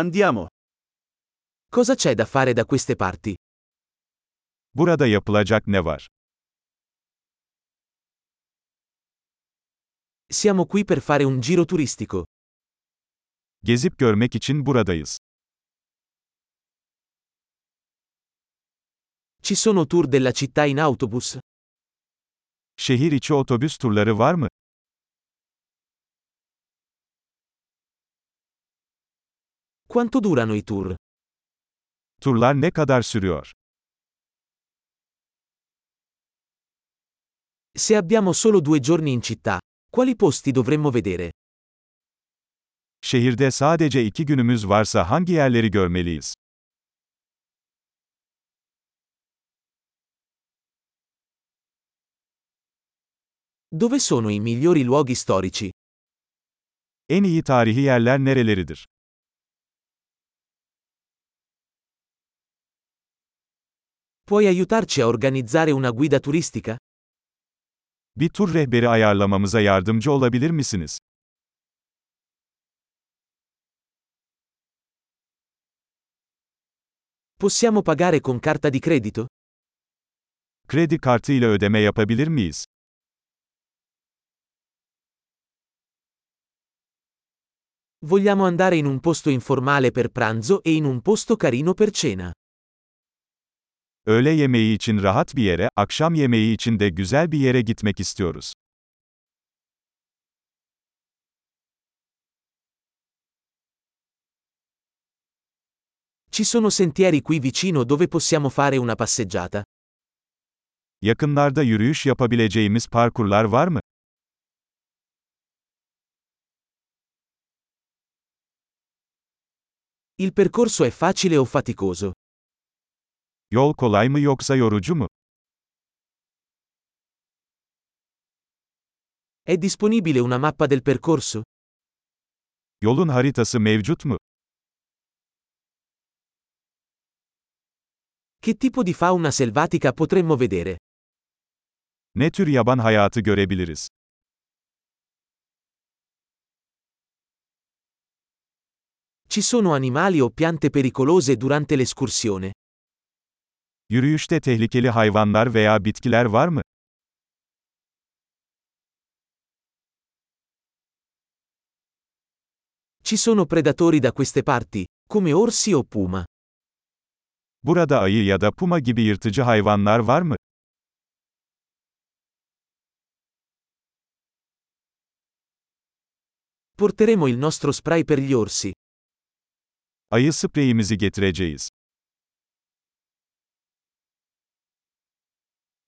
Andiamo. Cosa c'è da fare da queste parti? Burada yapılacak ne var? Siamo qui per fare un giro turistico. Gezip görmek için buradayız. Ci sono tour della città in autobus? Şehir içi otobüs turları var mı? Quanto durano i tour? Turlar ne kadar sürüyor? Se abbiamo solo due giorni in città, quali posti dovremmo vedere? Şehirde sadece iki günümüz varsa hangi yerleri görmeliyiz? Dove sono i migliori luoghi storici? En iyi tarihi yerler nereleridir? Puoi aiutarci a organizzare una guida turistica? Bir tur rehberi ayarlamamıza yardımcı olabilir misiniz? Possiamo pagare con carta di credito? Kredi kartı ile ödeme yapabilir miyiz? Vogliamo andare in un posto informale per pranzo e in un posto carino per cena. Öğle yemeği için rahat bir yere, akşam yemeği için de güzel bir yere gitmek istiyoruz. Ci sono sentieri qui vicino dove possiamo fare una passeggiata. Yakınlarda yürüyüş yapabileceğimiz parkurlar var mı? Il percorso è facile o faticoso? Yol kolay mı yoksa yorucu mu? È disponibile una mappa del percorso? Yolun haritası mevcut mu? Che tipo di fauna selvatica potremmo vedere? Ne tür yaban hayatı görebiliriz? Ci sono animali o piante pericolose durante l'escursione? Yürüyüşte tehlikeli hayvanlar veya bitkiler var mı? Ci sono predatori da queste parti, come orsi o puma. Burada ayı ya da puma gibi yırtıcı hayvanlar var mı? Porteremo il nostro spray per gli orsi. Ayı spreyimizi getireceğiz.